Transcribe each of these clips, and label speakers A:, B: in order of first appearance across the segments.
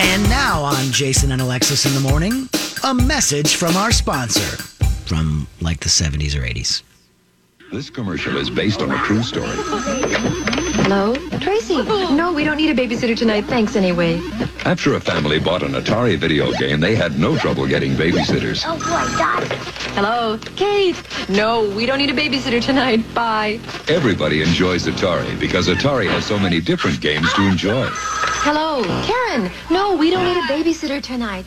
A: And now on Jason and Alexis in the morning, a message from our sponsor from like the 70s or 80s.
B: This commercial is based on a true story.
C: Hello? Tracy. No, we don't need a babysitter tonight. Thanks anyway.
B: After a family bought an Atari video game, they had no trouble getting babysitters.
C: Hello? Kate. No, we don't need a babysitter tonight. Bye.
B: Everybody enjoys Atari because Atari has so many different games to enjoy.
C: Hello? Karen. No, we don't need a babysitter tonight.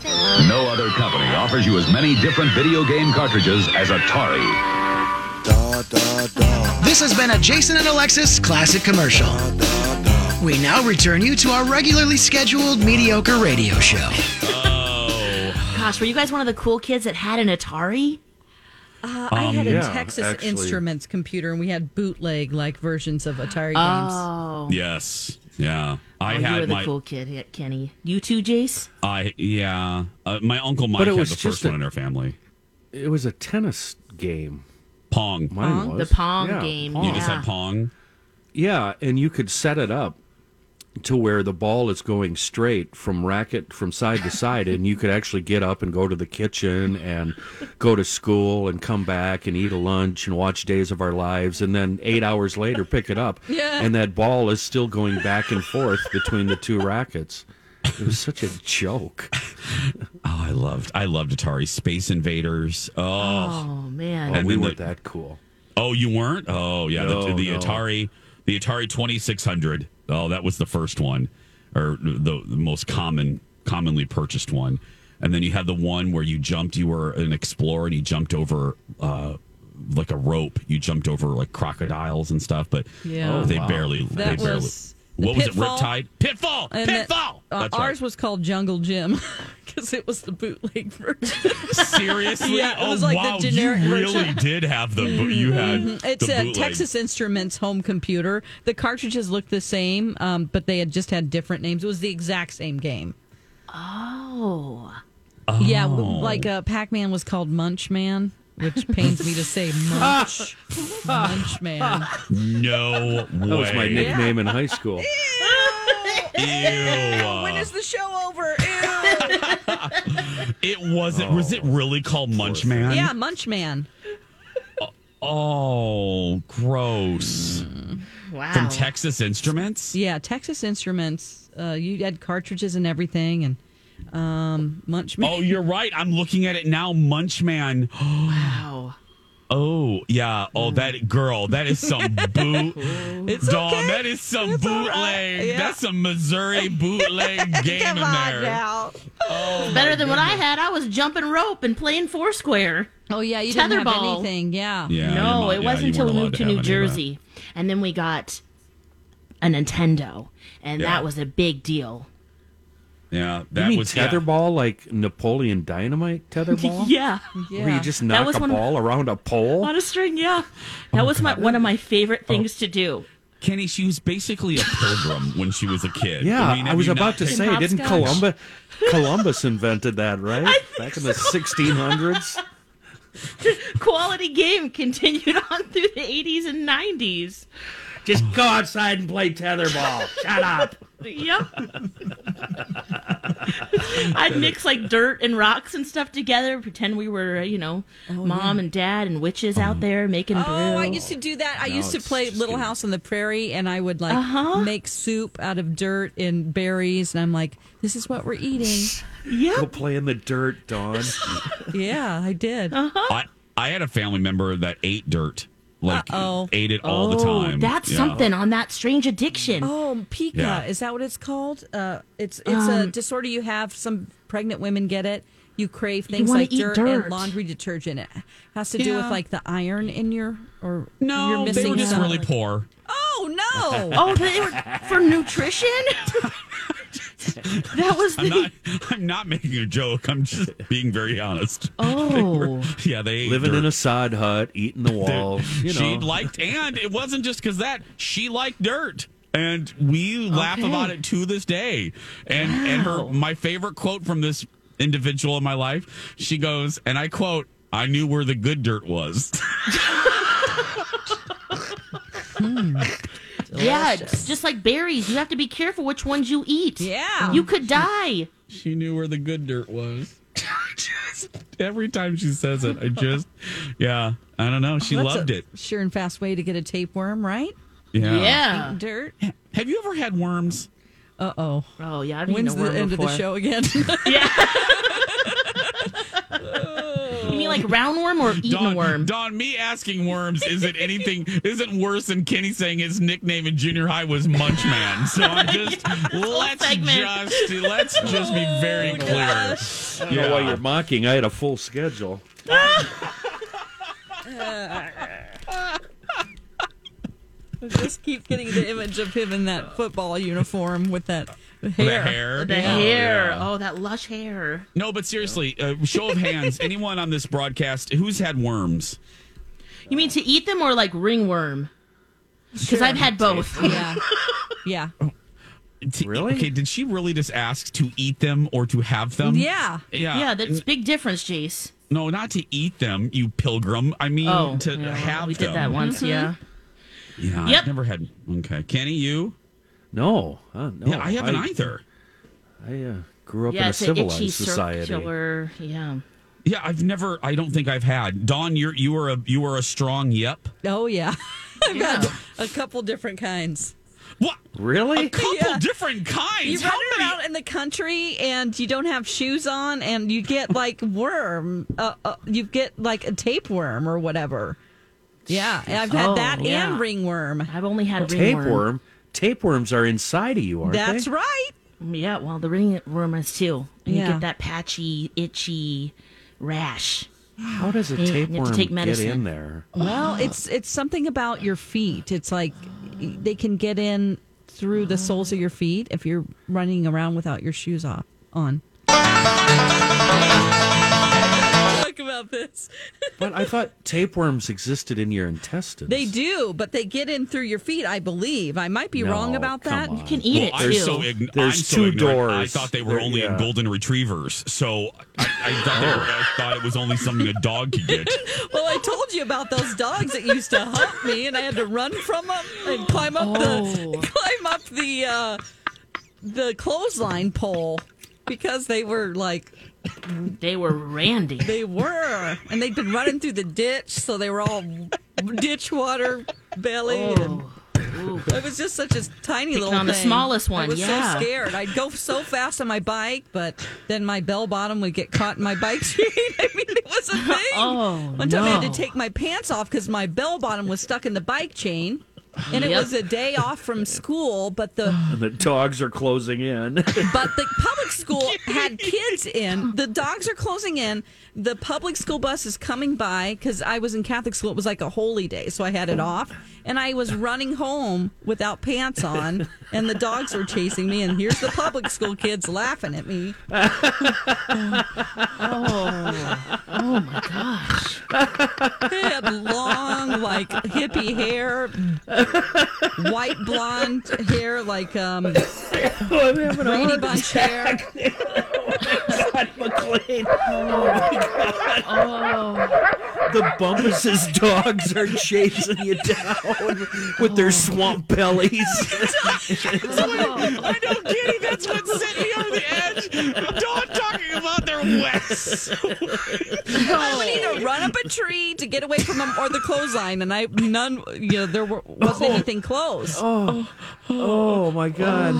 D: No other company offers you as many different video game cartridges as Atari.
A: This has been a Jason and Alexis classic commercial. We now return you to our regularly scheduled mediocre radio show.
E: Gosh, were you guys one of the cool kids that had an Atari?
F: I had a
G: Um, yeah,
F: Texas
G: actually.
F: Instruments computer, and we had bootleg like versions of Atari games.
E: Oh,
G: Yes. Yeah. I
E: oh, you were
G: had
E: the
G: my
E: cool kid, yeah, Kenny. You too, Jace.
G: I yeah. Uh, my uncle Mike
H: it
G: had the
H: was
G: first
H: just
G: one
H: a-
G: in our family.
H: It was a tennis game.
G: Pong.
H: Mine
E: Pong?
H: was.
E: The Pong
H: Yeah,
E: game,
G: You just
E: Yeah.
G: had Pong.
H: Yeah, and you could set it up to where the ball is going straight from racket from side to side, and you could actually get up and go to the kitchen and go to school and come back and eat a lunch and watch Days of Our Lives, and then eight hours later pick it up,
F: Yeah.
H: and that ball is still going back and forth between the two rackets. It was such a joke.
G: Oh, I loved I loved Atari Space Invaders. Oh.
E: Oh man.
G: And
H: we
G: then
H: weren't
G: the-
H: that cool.
G: Oh, you weren't? Oh, yeah. the
H: No,
G: the
H: no.
G: Atari, the Atari Twenty Six Hundred. Oh, that was the first one, or the, the most common, commonly purchased one. And then you had the one where you jumped. You were an explorer and you jumped over uh, like a rope. You jumped over like crocodiles and stuff. But
F: Yeah.
G: Oh, they barely.
F: That
G: they barely.
F: was the
G: what was it?
F: Pitfall.
G: Riptide. Pitfall.
F: And that-
G: Pitfall.
F: uh,
G: Oh, That's
F: ours
G: right.
F: was called Jungle Gym because it was the bootleg version.
G: seriously.
F: Yeah, it was
G: oh
F: like the
G: wow!
F: generic
G: you really
F: version.
G: did have the. bo- You had.
F: It's
G: the
F: a
G: bootleg.
F: Texas Instruments home computer. The cartridges looked the same, um, but they had just had different names. It was the exact same game.
E: Oh.
F: Yeah, w-
G: Oh.
F: like uh, Pac Man was called Munch Man, which pains me to say Munch. Munch Man.
G: No way.
H: That was my nickname in high school.
G: Ew.
F: the show over?
G: It wasn't. was
H: Oh,
G: it really called Munch Man?
F: yeah, Munch Man.
G: Oh, gross.
E: Wow.
G: From Texas Instruments.
F: Yeah, Texas Instruments. Uh, you had cartridges and everything, and um, Munch Man.
G: Oh, you're right. I'm looking at it now. Munch Man.
E: Wow.
G: Oh, yeah. Oh, that girl. That is some boot.
F: Mm. It's
G: Dom,
F: okay.
G: that is some
F: It's all
G: bootleg.
F: right. Yeah.
G: That's some Missouri bootleg game in there.
E: Better than what I had. I was jumping rope and playing foursquare.
F: Oh yeah, you didn't have
E: Tetherball.
F: anything.
G: Yeah, Uh,
F: Yeah.
G: you're
E: no,
G: not-
E: it
G: yeah,
E: wasn't
G: you
E: until we
G: weren't
E: moved to
G: allowed
E: New
G: have any of that.
E: Jersey, and then we got a Nintendo, and
G: Yeah.
E: that was a big deal.
G: Yeah,
H: you
G: that
H: mean
G: was yeah.
H: tetherball like Napoleon Dynamite tetherball?
E: Yeah,
F: yeah.
H: Where you just
E: That
H: knock
E: was
H: a
E: one-
H: ball around a pole?
E: on a string. Yeah,
G: Oh,
E: that was my one of my favorite things to do.
G: Kenny, she was basically a pilgrim when she was a kid.
H: yeah, I,
G: mean, have
H: was
G: you
H: about
G: not-
H: to say, didn't
F: Hopscotch.
H: Columbus Columbus invented that, right? Back in the 1600s?
E: Quality game continued on through the 80s and 90s.
H: Just go outside and play tetherball. Shut up.
E: Yep. I'd mix like dirt and rocks and stuff together, pretend we were, you know, mom and dad and witches out there making brew.
F: Oh, I used to do that. I
E: Now
F: used to
E: it's
F: play
E: just
F: Little
E: getting-
F: House on the Prairie, and I would like make soup out of dirt and berries, and I'm like, "This is what we're eating."
E: yeah.
H: Go play in the dirt, Dawn.
F: yeah, I did.
G: I, I had a family member that ate dirt, like
F: Uh-oh.
G: ate it all the time.
E: Oh, That's
G: Yeah.
E: something on that strange addiction.
F: Oh, pica
G: Yeah.
F: is that what it's called? Uh, it's it's a
E: Um,
F: disorder you have. Some pregnant women get it. You crave things
E: wanna
F: like
E: eat
F: dirt,
E: dirt.
F: and laundry detergent. It has to do with
G: Yeah.
F: like the iron in your or you're
G: No,
F: missing
G: they were just
F: some-
G: really poor.
F: Oh no!
E: Oh, they were for nutrition. that was the.
G: I'm not. I'm not making a joke. I'm just being very honest. They were-
E: oh,
G: yeah, they ate
H: Living
G: dirt.
H: in a sod hut, eating the walls. You know,
G: She liked, and it wasn't just because that she liked dirt, and we laugh
E: Okay.
G: about it to this day. And and her my favorite quote from this individual in my life, she goes, and I quote, "I knew where the good dirt was."
E: yeah, it's just like berries. You have to be careful which ones you eat.
F: Yeah.
E: you could die.
G: she knew where the good dirt was. just every time she says it, I just, yeah, I don't know. She
F: That's
G: loved
F: a
G: it.
F: Sure and fast way to get a tapeworm, right?
G: Yeah.
E: Yeah.
F: Dirt.
G: Have you ever had worms?
F: Uh oh.
E: Oh yeah, I've eaten
F: When's
E: a
F: the
E: worm
F: end
E: before.
F: of the show again?
E: You mean like roundworm or eaten
G: Don,
E: worm?
G: Don, me asking worms isn't anything isn't worse than Kenny saying his nickname in junior high was Munch Man. So I'm just let's
E: segment.
G: just let's
E: Oh,
G: just be very clear.
H: I don't know why you're mocking. I had a full schedule.
F: I just keep getting the image of him in that football uniform with that hair.
G: The hair.
E: The
G: Oh,
E: hair.
G: yeah.
E: Oh, that lush hair.
G: No, but seriously, uh, show of hands, anyone on this broadcast who's had worms?
E: You mean to eat them or like ringworm? Because I've had both.
F: Yeah. Yeah.
G: Oh. To-
H: Really?
G: Okay, did she really just ask to eat them or to have them?
F: Yeah.
G: Yeah.
E: Yeah, that's big difference, Jace.
G: No, not to eat them, you pilgrim. I mean
E: Oh,
G: to
E: yeah,
G: have
E: we
G: them.
E: did that once. Yeah.
G: Yeah,
E: Yep.
G: I've never had. Okay, Kenny, you?
H: No, uh, no.
G: Yeah, I haven't either.
H: I uh, grew up
E: Yeah,
H: in a
E: it's an itchy
H: civilized society.
E: circular. Yeah.
G: Yeah, I've never. I don't think I've had. Don, you're you are a you are a strong yep.
F: Oh yeah. I've got a couple different kinds.
G: What?
H: Really?
G: A couple
F: Yeah.
G: different
F: You
G: kinds.
F: run
G: How many?
F: around in the country and you don't have shoes on and you get like worm. Uh, uh, you get like a tapeworm or whatever. Yeah, and I've had
E: Oh,
F: that
E: yeah.
F: and ringworm.
E: I've only had ringworm.
H: Tapeworm. Tapeworms are inside of you, aren't
F: That's
H: they?
F: right.
E: Yeah, well, the ringworm is too. And You
F: Yeah.
E: get that patchy, itchy rash.
H: How does a
E: Yeah, Mm, you have to
H: tapeworm
E: take
H: get in
E: medicine.
H: there?
F: Well, it's it's something about your feet. It's like they can get in through the soles of your feet if you're running around without your shoes off on. Talk about this.
H: But I thought tapeworms existed in your intestines.
F: They do, but they get in through your feet, I believe. I might be
H: No,
F: wrong about
H: come
F: that.
H: on.
E: You can eat
G: Well,
E: it
G: I'm
E: too.
G: so ign-
H: There's
G: I'm so
H: two
G: ignorant. I
H: doors.
G: thought they were
H: There-
G: only in
H: yeah.
G: golden retrievers, so I, I thought they were, I thought it was only something a dog could get.
F: Well, I told you about those dogs that used to hunt me, and I had to run from them and climb up
H: Oh.
F: the climb up the uh, the clothesline pole because they were like
E: They were randy.
F: They were, and they'd been running through the ditch, so they were all ditch water belly. And
E: Oh. Ooh.
F: it was just such a tiny little
E: on the
F: thing.
E: smallest one,
F: I was
E: yeah.
F: so scared. I'd go so fast on my bike, but then my bell bottom would get caught in my bike chain. I mean, it was a thing.
E: Oh,
F: One time I had to
E: no.
F: take my pants off because my bell bottom was stuck in the bike chain. And it
E: Yep.
F: was a day off from school, but the
H: And the dogs are closing in.
F: but the public school had kids in. The dogs are closing in. The public school bus is coming by because I was in Catholic school. It was like a holy day, so I had it off. And I was running home without pants on, and the dogs were chasing me. And here's the public school kids laughing at me.
E: Oh my gosh.
F: They had long, like hippie hair, white blonde hair, like um,
H: I'm having a
F: Brady
H: heart
F: Bunch hair.
H: attack, McLean.
E: Oh.
H: The Bumpus' dogs are chasing you down with their swamp bellies.
G: I know, Kenny. That's what set me over the edge. Don Wes.
F: I would either run up a tree to get away from them or the clothesline, and I none. You know, there were, wasn't anything close.
H: Oh, oh my God.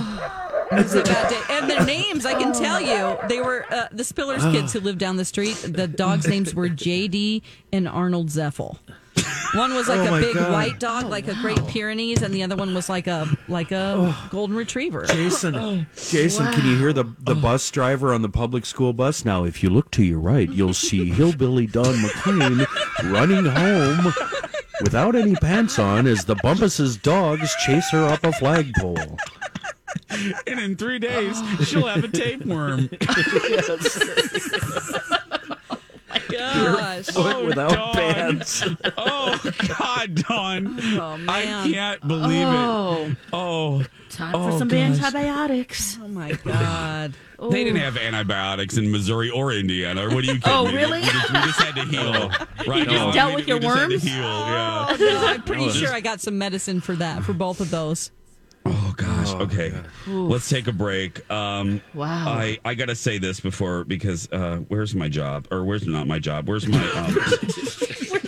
F: It's a bad day. And their names, I can tell you, they were uh, the Spillers
H: Oh.
F: kids who lived down the street. The dogs' names were JD and Arnold Zeffel. One was like
H: Oh,
F: a
H: my
F: big
H: God.
F: white dog, like a Great Pyrenees, and the other one was like a like a
H: Oh.
F: golden retriever.
H: Jason, Jason, can you hear the, the bus driver on the public school bus? Now, if you look to your right, you'll see hillbilly Don McLean running home without any pants on as the Bumpus' dogs chase her up a flagpole.
G: and in three days, she'll have a tapeworm.
F: Gosh.
H: Foot without
G: Dawn.
H: pants.
G: Oh God, Dawn!
F: Oh,
G: I
F: man.
G: can't believe
E: Oh.
G: it. Oh,
E: Time for
G: Oh,
E: some
G: gosh.
E: antibiotics.
F: Oh my God.
G: they didn't have antibiotics in Missouri or Indiana. What do you?
E: Oh,
G: kidding me?
E: really?
G: We just, we just had to heal. Right?
E: You just
G: No,
E: dealt
G: we-
E: with your
G: we just had to
E: worms?
G: heal, yeah.
F: Oh, no, I'm pretty sure I got some medicine for that for both of those.
G: Oh gosh. okay. Let's take a break. Um,
E: Wow.
G: I, I gotta say this before because uh, where's my job or where's not my job? Where's my? Um,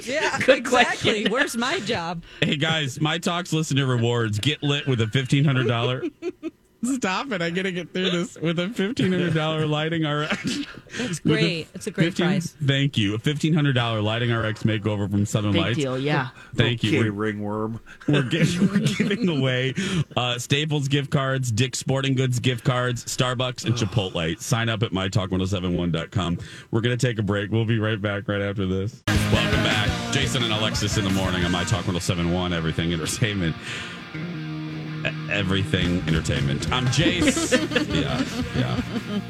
F: Yeah,
E: Good question.
F: exactly. Where's my job?
G: hey guys, my talks listen to rewards. Get lit with a fifteen hundred dollar. Stop it! I gotta get through this with a fifteen hundred dollar lighting RX.
F: It's great. It's a great
G: 15
F: price.
G: Thank you. A fifteen hundred dollar lighting RX makeover from Southern
E: Big
G: Lights.
E: deal, yeah.
G: Thank you.
H: Okay,
G: We're-
H: ringworm.
G: We're giving, we're giving away uh, Staples gift cards, Dick's Sporting Goods gift cards, Starbucks, and Chipotle. Sign up at mytalk1071.com. We're going to take a break. We'll be right back right after this. Welcome back. Jason and Alexis in the morning on My Talk 1071, Everything Entertainment. E- Everything Entertainment. I'm Jace. yeah,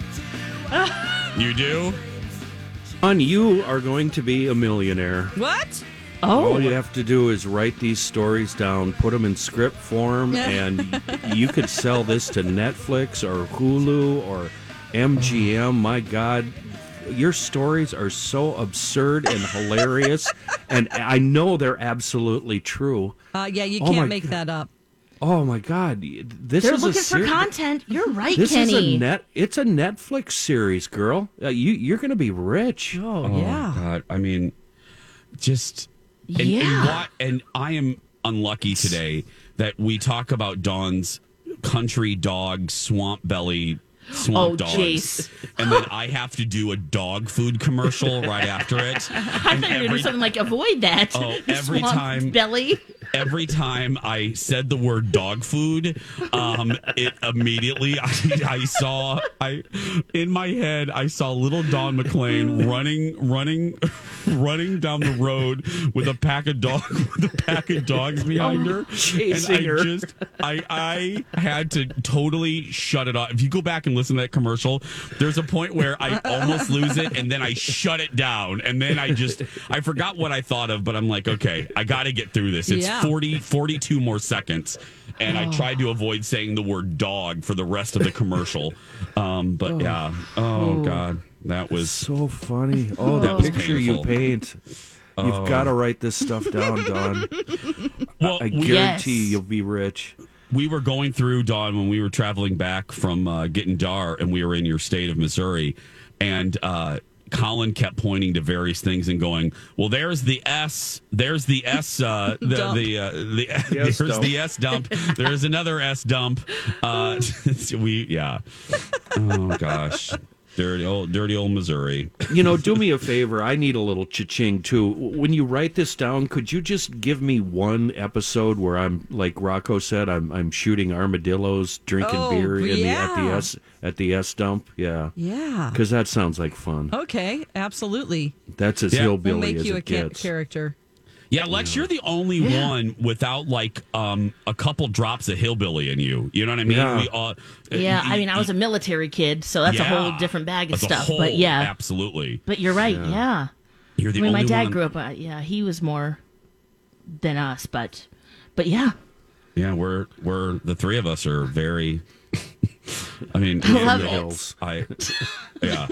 G: yeah. You do?
H: On you are going to be a millionaire.
F: What?
G: Oh,
E: Oh,
H: All you have to do is write these stories down, put them in script form, and you could sell this to Netflix or Hulu or MGM. My God, your stories are so absurd and hilarious, and I know they're absolutely true.
F: Uh, yeah, you
H: Oh,
F: can't
H: my
F: make
H: God.
F: that up.
H: Oh my God, this
E: They're
H: is a
E: looking for
H: seri-
E: content. You're right,
H: This
E: Kenny.
H: is a net. It's a Netflix series, girl. Uh, you you're gonna be rich.
G: Oh,
F: yeah.
G: God. I mean, just and, and
E: Yeah.
G: what- and I am unlucky today that we talk about Dawn's country dog swamp belly swamp
E: Oh,
G: dogs,
E: Jace.
G: and then I have to do a dog food commercial right after it.
E: I thought you were going to do something like avoid that.
G: Oh, every
E: Swamp
G: time-
E: Belly.
G: Every time I said the word dog food, um, it immediately I, I saw I in my head I saw little Don McLean running running running down the road with a pack of dog with a pack of dogs behind her.
H: Chasing
G: and I
H: her.
G: just I I had to totally shut it off. If you go back and listen to that commercial, there's a point where I almost lose it and then I shut it down. And then I just I forgot what I thought of, but I'm like, okay, I got to get through this. It's
F: Yeah.
G: 40 42 more seconds. And I tried to avoid saying the word dog for the rest of the commercial. Um, but yeah. Oh god. That was
H: So funny. Oh,
G: That
H: the
G: was
H: picture
G: painful.
H: you
G: Oh.
H: paint. You've got to write this stuff down, Don.
G: well,
H: I
G: we-
H: guarantee
E: Yes.
H: you'll be rich.
G: we were going through Don when we were traveling back from uh, getting dar, and we were in your state of Missouri, and uh, Colin kept pointing to various things and going, "Well, there's the S, there's the S, uh, the
F: Dump.
G: the, uh, the
H: Yes,
G: there's
H: dump.
G: the S dump, there's another S dump." Uh, we yeah, oh gosh, dirty old dirty old Missouri.
H: You know, do me a favor. I need a little cha-ching too. When you write this down, could you just give me one episode where I'm like Rocco said, I'm I'm shooting armadillos, drinking
F: Oh,
H: beer in the, at the
F: yeah.
H: S at the S dump? Yeah.
F: Yeah.
H: Because that sounds like fun.
F: Okay, absolutely.
H: That's as
G: Yeah. We'll
H: hillbilly
F: we'll make
H: as
F: you a
H: it
F: ca-
H: gets.
F: character.
G: Yeah, Lex, you're the only one without like um, a couple drops of hillbilly in you. You know what I mean?
H: Yeah.
G: We all,
E: Yeah,
G: you-
E: I mean, I was a military kid, so that's a
G: Yeah.
E: whole different bag of
G: That's a
E: stuff.
G: whole-
E: but yeah,
G: absolutely.
E: but you're right. Yeah,
G: You're the
E: I mean,
G: only
E: my dad
G: one.
E: grew up. Uh, yeah, he was more than us, but but yeah,
G: Yeah, we're we're the three of us are very. I mean,
E: I love
G: yeah,
E: it.
G: I yeah.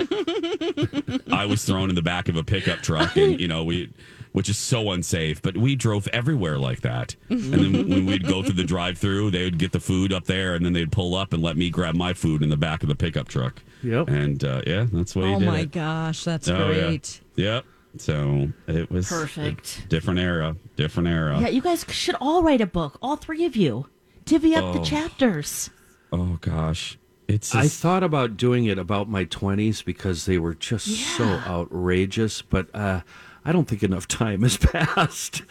G: I I was thrown in the back of a pickup truck, and you know we, which is so unsafe. But we drove everywhere like that, and then when we'd go through the drive-through, they would get the food up there, and then they'd pull up and let me grab my food in the back of the pickup truck.
H: Yep.
G: And uh, yeah, that's what.
F: Oh my gosh, that's
H: Oh,
F: great.
G: Oh, Yeah. Yep. So it was a
E: Perfect.
G: different era. Different era.
E: Yeah, you guys should all write a book, all three of you. Divvy up
G: Oh.
E: the chapters.
G: oh gosh, it's.
H: I
G: just-
H: thought about doing it about my 20s because they were just so outrageous, but uh, I don't think enough time has passed.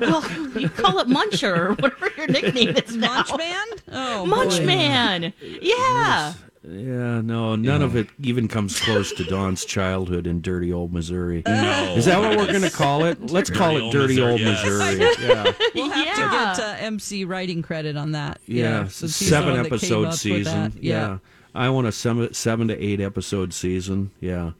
E: Well, you call it Muncher or whatever your nickname is now.
F: Munchman? Oh, boy.
E: Munchman.
G: Oh,
E: Yeah.
H: yeah, no, none of it even comes close to Don's childhood in dirty old Missouri.
G: No.
H: Is that what we're going to call it? Let's call
G: Dirty
H: it
G: Old Missouri,
H: dirty old
G: yes.
H: Missouri. Yeah.
F: We'll have
E: Yeah.
F: to get uh, MC writing credit on that.
H: Yeah,
F: since he's the
H: seven
F: one that came up
H: episode
F: with
H: season.
F: that.
H: Yeah. I want a seven, seven to eight episode season. Yeah,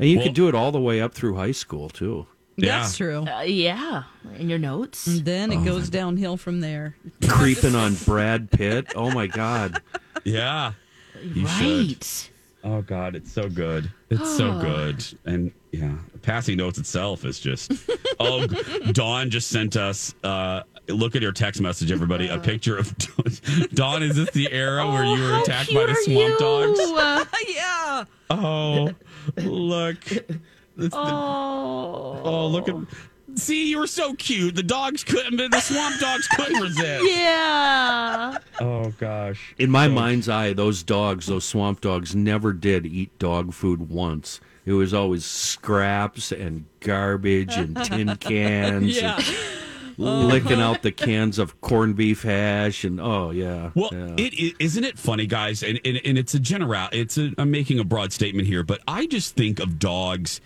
H: and you
G: Well-
H: could do it all the way up through high school too.
F: that's true.
E: Uh, yeah. In your notes.
F: Then
G: Oh,
F: it goes downhill from there.
H: Creeping on Brad Pitt. Oh my God.
G: Yeah. You should.
E: right.
G: Oh God, it's so good. It's
F: Ah.
H: Ah.
G: so good. And yeah, passing notes itself is just. Oh, Dawn just sent us. uh Look at your text message, everybody. A picture of Dawn. Is this the era where
H: Oh,
G: you were
E: Oh, how
G: attacked
E: cute
G: by the
E: are
G: swamp
E: you?
G: dogs?
E: Uh,
F: yeah.
G: Oh, look. It's the-
E: oh.
G: oh, look at. See, you were so cute. The dogs couldn't. The swamp dogs couldn't resist.
E: Yeah.
G: Oh gosh.
H: In my mind's eye, those dogs, those swamp dogs, never did eat dog food once. It was always scraps and garbage and tin cans.
F: Yeah.
H: And licking out the cans of corned beef hash and oh yeah.
G: Well,
H: yeah.
G: it is, isn't it funny, guys? And and, and it's a general. It's a, I'm making a broad statement here, but I just think of dogs.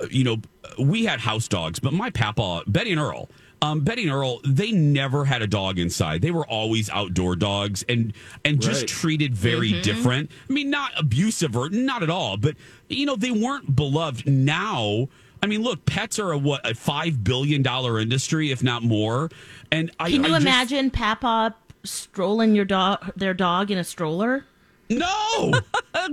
G: uh, You know, we had house dogs, but my papa, Betty and Earl, um, Betty and Earl, they never had a dog inside. They were always outdoor dogs, and and just
H: Right.
G: treated very different. I mean, not abusive or not at all, but you know, they weren't beloved. Now, I mean, look, pets are a what a five billion dollar industry, if not more. And I
E: Can you
G: I just-
E: imagine Papa strolling your dog, their dog in a stroller?
G: No.
F: Oh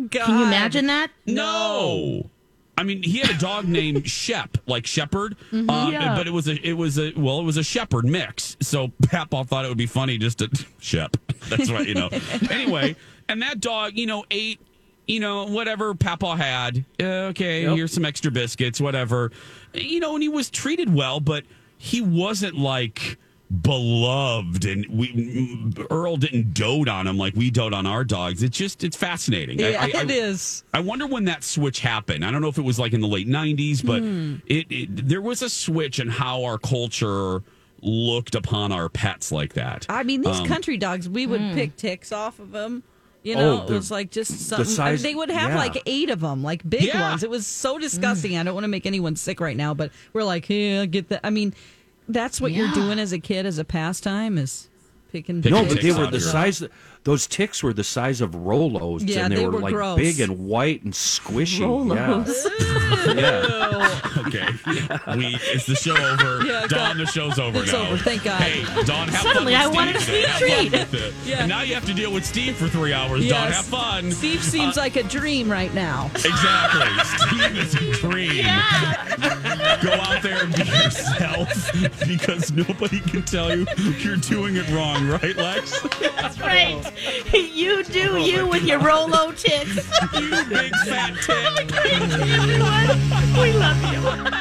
F: God.
E: Can you imagine that?
G: No. Oh. I mean, he had a dog named Shep, like Shepherd, um,
E: Yeah.
G: but it was a it was a well, it was a Shepherd mix. So Papaw thought it would be funny just to Shep. That's right, you know. anyway, and that dog, you know, ate, you know, whatever Papaw had. Uh, okay,
H: Yep.
G: here's some extra biscuits, whatever. You know, and he was treated well, but he wasn't like beloved and we earl didn't dote on him like we dote on our dogs it's just it's fascinating I-
F: Yeah,
G: I- I-
F: it is.
G: I wonder when that switch happened. I don't know if it was like in the late '90s, but
F: Hmm.
G: it, it there was a switch in how our culture looked upon our pets like that.
F: I mean,
H: Um,
F: these country dogs, we would pick ticks off of them. You
H: Oh,
F: know, it
H: the-
F: was like just something.
H: size-
F: they would have
H: yeah.
F: like eight of them, like big
G: Yeah.
F: ones. It was so disgusting. I don't want to make anyone sick right now, but we're like, yeah, get that. I mean, that's what you're
E: Yeah.
F: doing as a kid as a pastime is picking.
G: Picking
H: No,
G: Ticks
H: but they were
G: out
H: the
G: here.
H: size. Those ticks were the size of Rolos,
F: Yeah,
H: and they,
F: they
H: were,
F: were
H: like
F: gross.
H: big and white and squishy.
E: Rolos.
H: Yeah. yeah.
G: okay, we it's the show over.
F: Yeah,
G: Dawn,
F: God.
G: the show's over
F: It's
G: now.
F: over, thank God.
G: Hey, Dawn, have
E: Suddenly I
G: fun. with
E: wanted a
G: Steve
E: sweet
G: today. Have
E: treat.
G: fun with it.
F: Yeah.
G: And now you have to deal with Steve for three hours. Dawn,
F: Yes.
G: have fun. Uh,
F: Steve
H: Uh,
F: seems like a dream right now.
G: Exactly. Steve is a dream. Go out there and be yourself because nobody can tell you you're doing it wrong, right, Lex?
E: That's right. You
G: Oh
E: do you with your Rolo tits.
G: You big fat tick.
E: Everyone, we love you.